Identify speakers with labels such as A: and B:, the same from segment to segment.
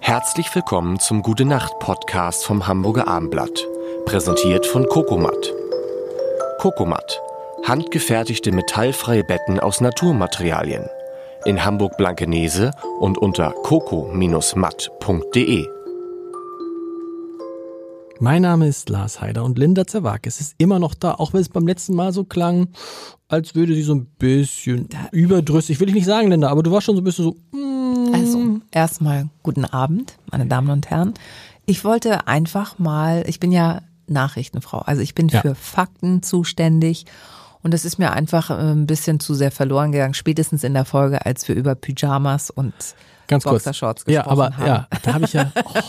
A: Herzlich willkommen zum Gute Nacht Podcast vom Hamburger Armblatt, präsentiert von Kokomat. Kokomat, handgefertigte metallfreie Betten aus Naturmaterialien. In Hamburg Blankenese und unter coco-matt.de.
B: Mein Name ist Lars Heider und Linda Zerwakis ist immer noch da, auch wenn es beim letzten Mal so klang, als würde sie so ein bisschen überdrüssig, will ich nicht sagen, Linda, aber du warst schon so ein bisschen so, mm,
C: Also, erstmal guten Abend, meine Damen und Herren. Ich wollte einfach mal, ich bin ja Nachrichtenfrau, also ich bin
B: Ja.
C: für Fakten zuständig und das ist mir einfach äh, ein bisschen zu sehr verloren gegangen, spätestens in der Folge, als wir über Pyjamas und
B: ganz kurz.
C: Boxershorts
B: ja,
C: gesprochen
B: aber
C: haben.
B: ja, da habe ich ja oh,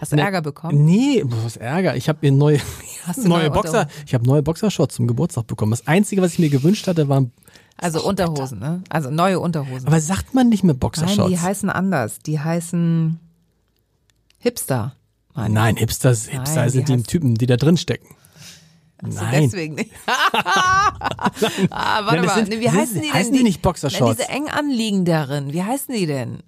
C: Hast du Ärger bekommen?
B: Nee, boah, was Ärger. Ich habe mir neue
C: Hast du
B: neue
C: neue
B: Boxer, ich habe neue Boxershorts zum Geburtstag bekommen. Das einzige, was ich mir gewünscht hatte, waren
C: Also Unterhosen, ne? Also neue Unterhosen.
B: aber sagt man nicht mehr
C: Nein,
B: Boxershorts?
C: die heißen anders. Die heißen Hipster. meine
B: Nein, Hipsters, Hipster
C: Nein, die
B: sind die,
C: heißen-
B: Typen, die da drin stecken.
C: So,
B: Nein.
C: Deswegen nicht. ah, warte
B: Nein, das
C: mal.
B: sind-
C: Nee, wie
B: das
C: heißen
B: sind-
C: die denn?
B: heißen die nicht Boxershorts?
C: Nein, diese eng anliegenden. Wie heißen die denn?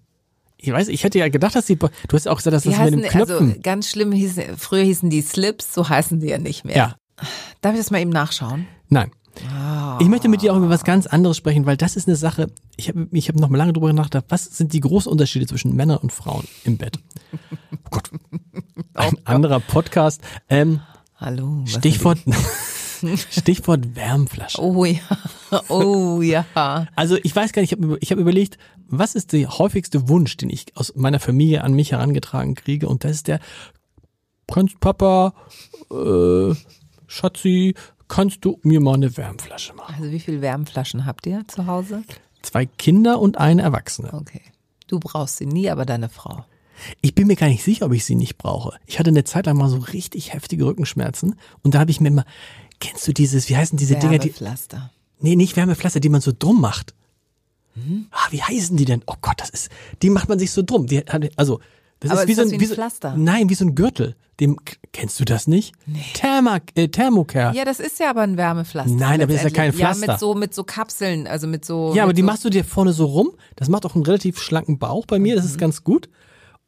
B: Ich weiß, ich hätte ja gedacht, dass die Bo Du hast ja auch gesagt, dass
C: Die
B: das mit
C: heißen,
B: den Knöpfen.
C: also ganz schlimm, hießen, früher hießen die Slips, so heißen die ja nicht mehr.
B: ja,
C: Darf ich das mal eben nachschauen?
B: nein. Ich möchte mit dir auch über was ganz anderes sprechen, weil das ist eine Sache, ich habe ich hab noch mal lange drüber nachgedacht, was sind die großen Unterschiede zwischen Männern und Frauen im Bett? Oh Gott. Ein anderer Podcast. Ähm,
C: Hallo. was-
B: Stichwort, Stichwort Wärmflasche.
C: Oh ja. Oh ja.
B: Also ich weiß gar nicht, ich habe ich hab überlegt, was ist der häufigste Wunsch, den ich aus meiner Familie an mich herangetragen kriege? Und das ist der, kannst Papa, äh, Schatzi, kannst du mir mal eine Wärmflasche machen?
C: Also wie viele Wärmflaschen habt ihr zu Hause?
B: Zwei Kinder und eine Erwachsene.
C: Okay. Du brauchst sie nie, aber deine Frau.
B: Ich bin mir gar nicht sicher, ob ich sie nicht brauche. Ich hatte eine Zeit lang mal so richtig heftige Rückenschmerzen und da habe ich mir immer, kennst du dieses, wie heißen diese Dinger, die,
C: Wärmepflaster.
B: nee, nicht Wärmepflaster, die man so drum macht.
C: Hm?
B: Ah, wie heißen die denn? Oh Gott, das ist, die macht man sich so drum. Die, hat- also, das
C: Aber
B: ist wie
C: ist
B: so
C: das
B: ein,
C: wie ein
B: so,
C: Pflaster?
B: Nein, wie so ein Gürtel. Dem, kennst du das nicht? Nee. Therma, äh, Thermocare.
C: Ja, das ist ja aber ein Wärmepflaster.
B: Nein, aber ist ja kein
C: letztendlich.
B: Pflaster.
C: Ja, mit so, mit so Kapseln, also mit so.
B: Ja, aber
C: mit
B: die
C: so
B: machst du dir vorne so rum. Das macht auch einen relativ schlanken Bauch bei mir. Das
C: Mhm.
B: ist ganz gut.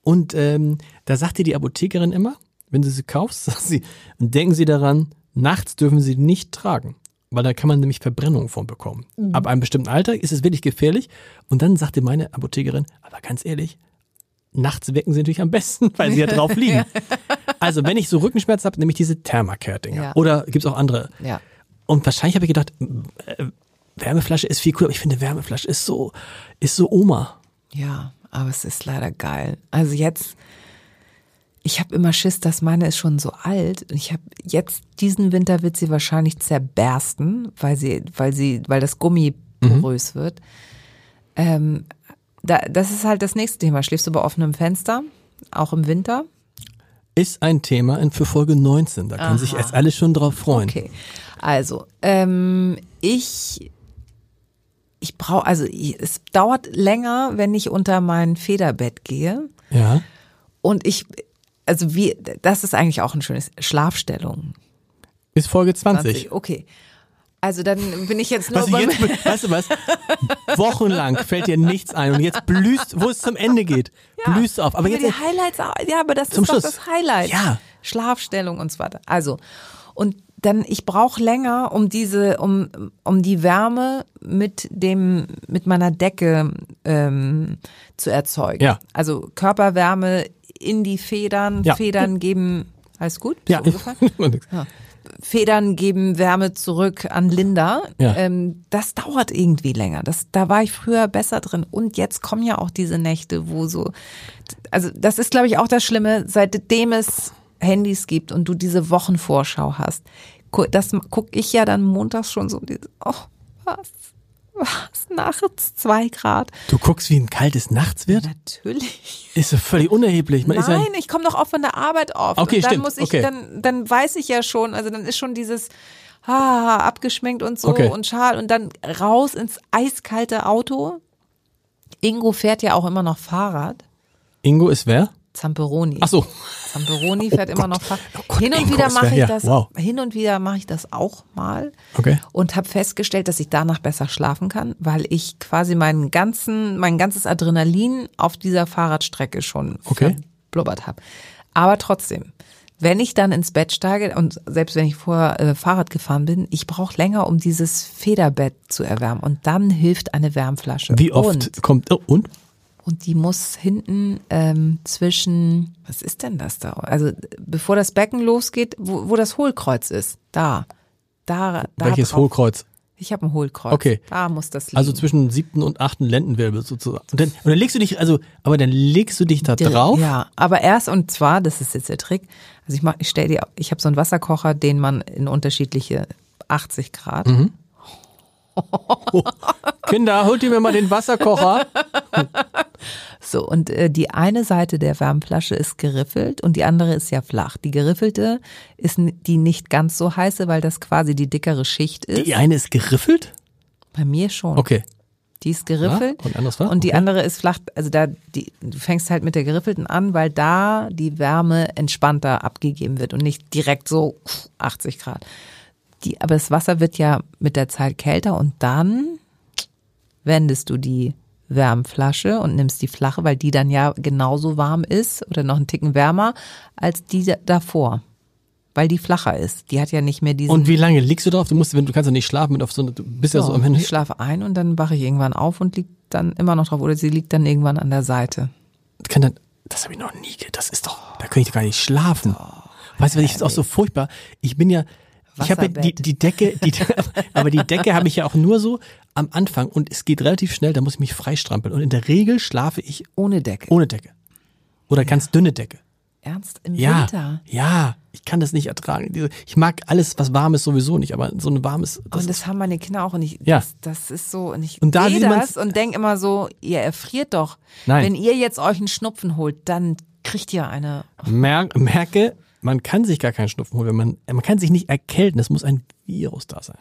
B: Und ähm, da sagt dir die Apothekerin immer, wenn du sie kaufst, sagt sie, und denken sie daran, nachts dürfen sie nicht tragen. Weil da kann man nämlich Verbrennungen von bekommen.
C: Mhm.
B: Ab einem bestimmten Alter ist es wirklich gefährlich. Und dann sagte meine Apothekerin, aber ganz ehrlich, nachts wecken sie natürlich am besten, weil sie ja drauf liegen. Also wenn ich so Rückenschmerzen habe, nehme ich diese Thermacare-Dinger.
C: Ja.
B: Oder gibt's auch andere.
C: Ja.
B: Und wahrscheinlich habe ich gedacht, äh, Wärmeflasche ist viel cooler, aber ich finde Wärmeflasche ist so, ist so Oma.
C: Ja, aber es ist leider geil. Also jetzt, ich habe immer Schiss, dass meine ist schon so alt. Und ich habe jetzt diesen Winter wird sie wahrscheinlich zerbersten, weil sie, weil sie, weil das Gummi porös wird. Ähm, da, das ist halt das nächste Thema. Schläfst du bei offenem Fenster, auch im Winter?
B: Ist ein Thema in, für Folge 19. Da können sich jetzt alle schon drauf freuen.
C: Okay. Also, ähm, ich, ich brauche, also ich, es dauert länger, wenn ich unter mein Federbett gehe.
B: Ja.
C: Und ich, also wie, das ist eigentlich auch ein schönes Schlafstellung.
B: Ist Folge 20.
C: Okay. Also dann bin ich jetzt nur
B: Was ich
C: beim,
B: jetzt, be- weißt du was? Wochenlang fällt dir nichts ein und jetzt blühst, wo es zum Ende geht, blühst du auf. Aber
C: Aber
B: jetzt,
C: die Highlights, au- ja, aber das
B: Zum
C: ist doch
B: Schluss.
C: das Highlight.
B: Ja.
C: Schlafstellung und so weiter. Also und dann ich brauche länger, um diese, um um die Wärme mit dem mit meiner Decke ähm, zu erzeugen.
B: Ja.
C: Also Körperwärme in die Federn,
B: Ja.
C: Federn geben. Alles gut?
B: ja,
C: So ungefähr? Federn geben Wärme zurück an Linda.
B: Ja.
C: Ähm, das dauert irgendwie länger. Das, da war ich früher besser drin. Und jetzt kommen ja auch diese Nächte, wo so. Also, das ist, glaube ich, auch das Schlimme, seitdem es Handys gibt und du diese Wochenvorschau hast. gu- Das gucke ich ja dann montags schon so. diese- Oh, was? Was? Nachts zwei Grad?
B: du guckst, wie ein kaltes Nachts wird.
C: Natürlich.
B: Ist so völlig unerheblich. Man
C: Nein,
B: ist
C: ich komme doch auch von der Arbeit oft.
B: Okay,
C: und dann
B: stimmt,
C: muss ich,
B: okay.
C: dann, dann weiß ich ja schon, also dann ist schon dieses ah, abgeschminkt und so
B: Okay.
C: und schal und dann raus ins eiskalte Auto. Ingo fährt ja auch immer noch Fahrrad.
B: ja, Ingo ist wer?
C: Zamperoni.
B: Ach so.
C: Zamperoni fährt
B: Oh
C: immer
B: Gott.
C: noch Fahrrad.
B: Oh Gott,
C: hin und
B: Ingo,
C: wieder
B: es wär-
C: mache ich
B: ja,
C: das.
B: wow.
C: Hin und wieder mache ich das auch mal.
B: Okay.
C: Und habe festgestellt, dass ich danach besser schlafen kann, weil ich quasi meinen ganzen, mein ganzes Adrenalin auf dieser Fahrradstrecke schon
B: Okay.
C: verblubbert habe. Aber trotzdem, wenn ich dann ins Bett steige und selbst wenn ich vorher äh, Fahrrad gefahren bin, ich brauche länger, um dieses Federbett zu erwärmen. Und dann hilft eine Wärmflasche.
B: Wie oft
C: Und
B: kommt. Oh, und?
C: und die muss hinten ähm, zwischen, was ist denn das da? Also bevor das Becken losgeht, wo, wo das Hohlkreuz ist, da. Da, da
B: Welches
C: drauf.
B: Hohlkreuz?
C: Ich habe ein Hohlkreuz.
B: Okay.
C: Da muss das liegen.
B: Also zwischen siebten und achten Lendenwirbel sozusagen. Und dann, und dann legst du dich, also, aber dann legst du dich da
C: Dr-
B: drauf.
C: Ja, aber erst und zwar, das ist jetzt der Trick. Also ich mach, ich stell dir, ich habe so einen Wasserkocher, den man in unterschiedliche 80 Grad.
B: Mhm. Kinder, holt ihr mir mal den Wasserkocher.
C: So, und äh, die eine Seite der Wärmflasche ist geriffelt und die andere ist ja flach. Die geriffelte ist n- die nicht ganz so heiße, weil das quasi die dickere Schicht ist.
B: Die eine ist geriffelt?
C: Bei mir schon.
B: Okay.
C: Die ist geriffelt.
B: Ja, und anderes war?
C: Und die
B: Okay.
C: andere ist flach. Also da, die, du fängst halt mit der geriffelten an, weil da die Wärme entspannter abgegeben wird und nicht direkt so pff, 80 Grad. Die, aber das Wasser wird ja mit der Zeit kälter und dann wendest du die Wärmflasche und nimmst die flache, weil die dann ja genauso warm ist oder noch einen Ticken wärmer als die da- davor. Weil die flacher ist. Die hat ja nicht mehr diesen.
B: Und wie lange liegst du drauf? Du musst, wenn du kannst ja nicht schlafen mit auf so eine, du bist ja, so am
C: Ja,
B: Ende.
C: ich schlafe ein und dann wache ich irgendwann auf und liegt dann immer noch drauf oder sie liegt dann irgendwann an der Seite.
B: kann dann, das habe ich noch nie, ge- das ist doch, da könnte ich gar nicht schlafen. weißt du, was ich ist auch so furchtbar. Ich bin ja, ich habe ja die,
C: Wasserbett.
B: die Decke, die, aber die Decke habe ich ja auch nur so am Anfang und es geht relativ schnell, da muss ich mich freistrampeln. Und in der Regel schlafe ich
C: Ohne Decke.
B: ohne Decke. Oder ganz dünne Decke.
C: Ernst? Im
B: Ja.
C: Winter?
B: Ja. Ich kann das nicht ertragen. Diese- Ich mag alles, was warm ist, sowieso nicht, aber so ein warmes. Das
C: und das haben meine Kinder auch und ich,
B: Ja.
C: das, das ist so, und ich
B: Und da
C: sehe
B: sieht man's-
C: das und denke immer so, ihr erfriert doch.
B: Nein.
C: Wenn ihr jetzt euch einen Schnupfen holt, dann kriegt ihr eine.
B: mer merke, man kann sich gar keinen Schnupfen holen. wenn Man, man kann sich nicht erkälten. Es muss ein Virus da sein.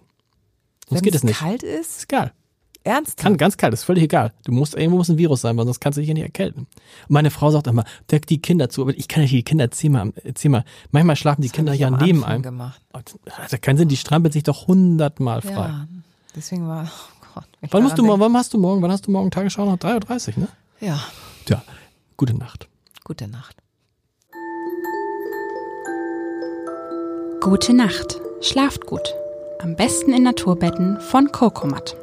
B: Sonst
C: Wenn
B: geht es nicht.
C: kalt ist,
B: Ist egal.
C: ernst?
B: Kann ganz kalt, ist völlig egal. Du musst irgendwo muss ein Virus sein, weil sonst kannst du dich ja nicht erkälten. Und meine Frau sagt immer, deck die Kinder zu, aber ich kann ja die Kinder zehnmal, am- äh, zehnmal. Manchmal schlafen die Kinder
C: ich
B: ja
C: am
B: neben
C: Anfang
B: einem.
C: gemacht.
B: Und Das ah, hat keinen Sinn, die strampeln sich doch hundertmal frei.
C: Ja. Deswegen war, oh Gott. wenn ich
B: Wann musst du
C: daran
B: morgen, wann hast du morgen, wann hast du morgen Tagesschau noch 3.30 Uhr, ne?
C: denk- Ja,
B: Tja, gute Nacht.
C: gute Nacht.
D: Gute Nacht. Schlaft gut. Am besten in Naturbetten von Kokomat.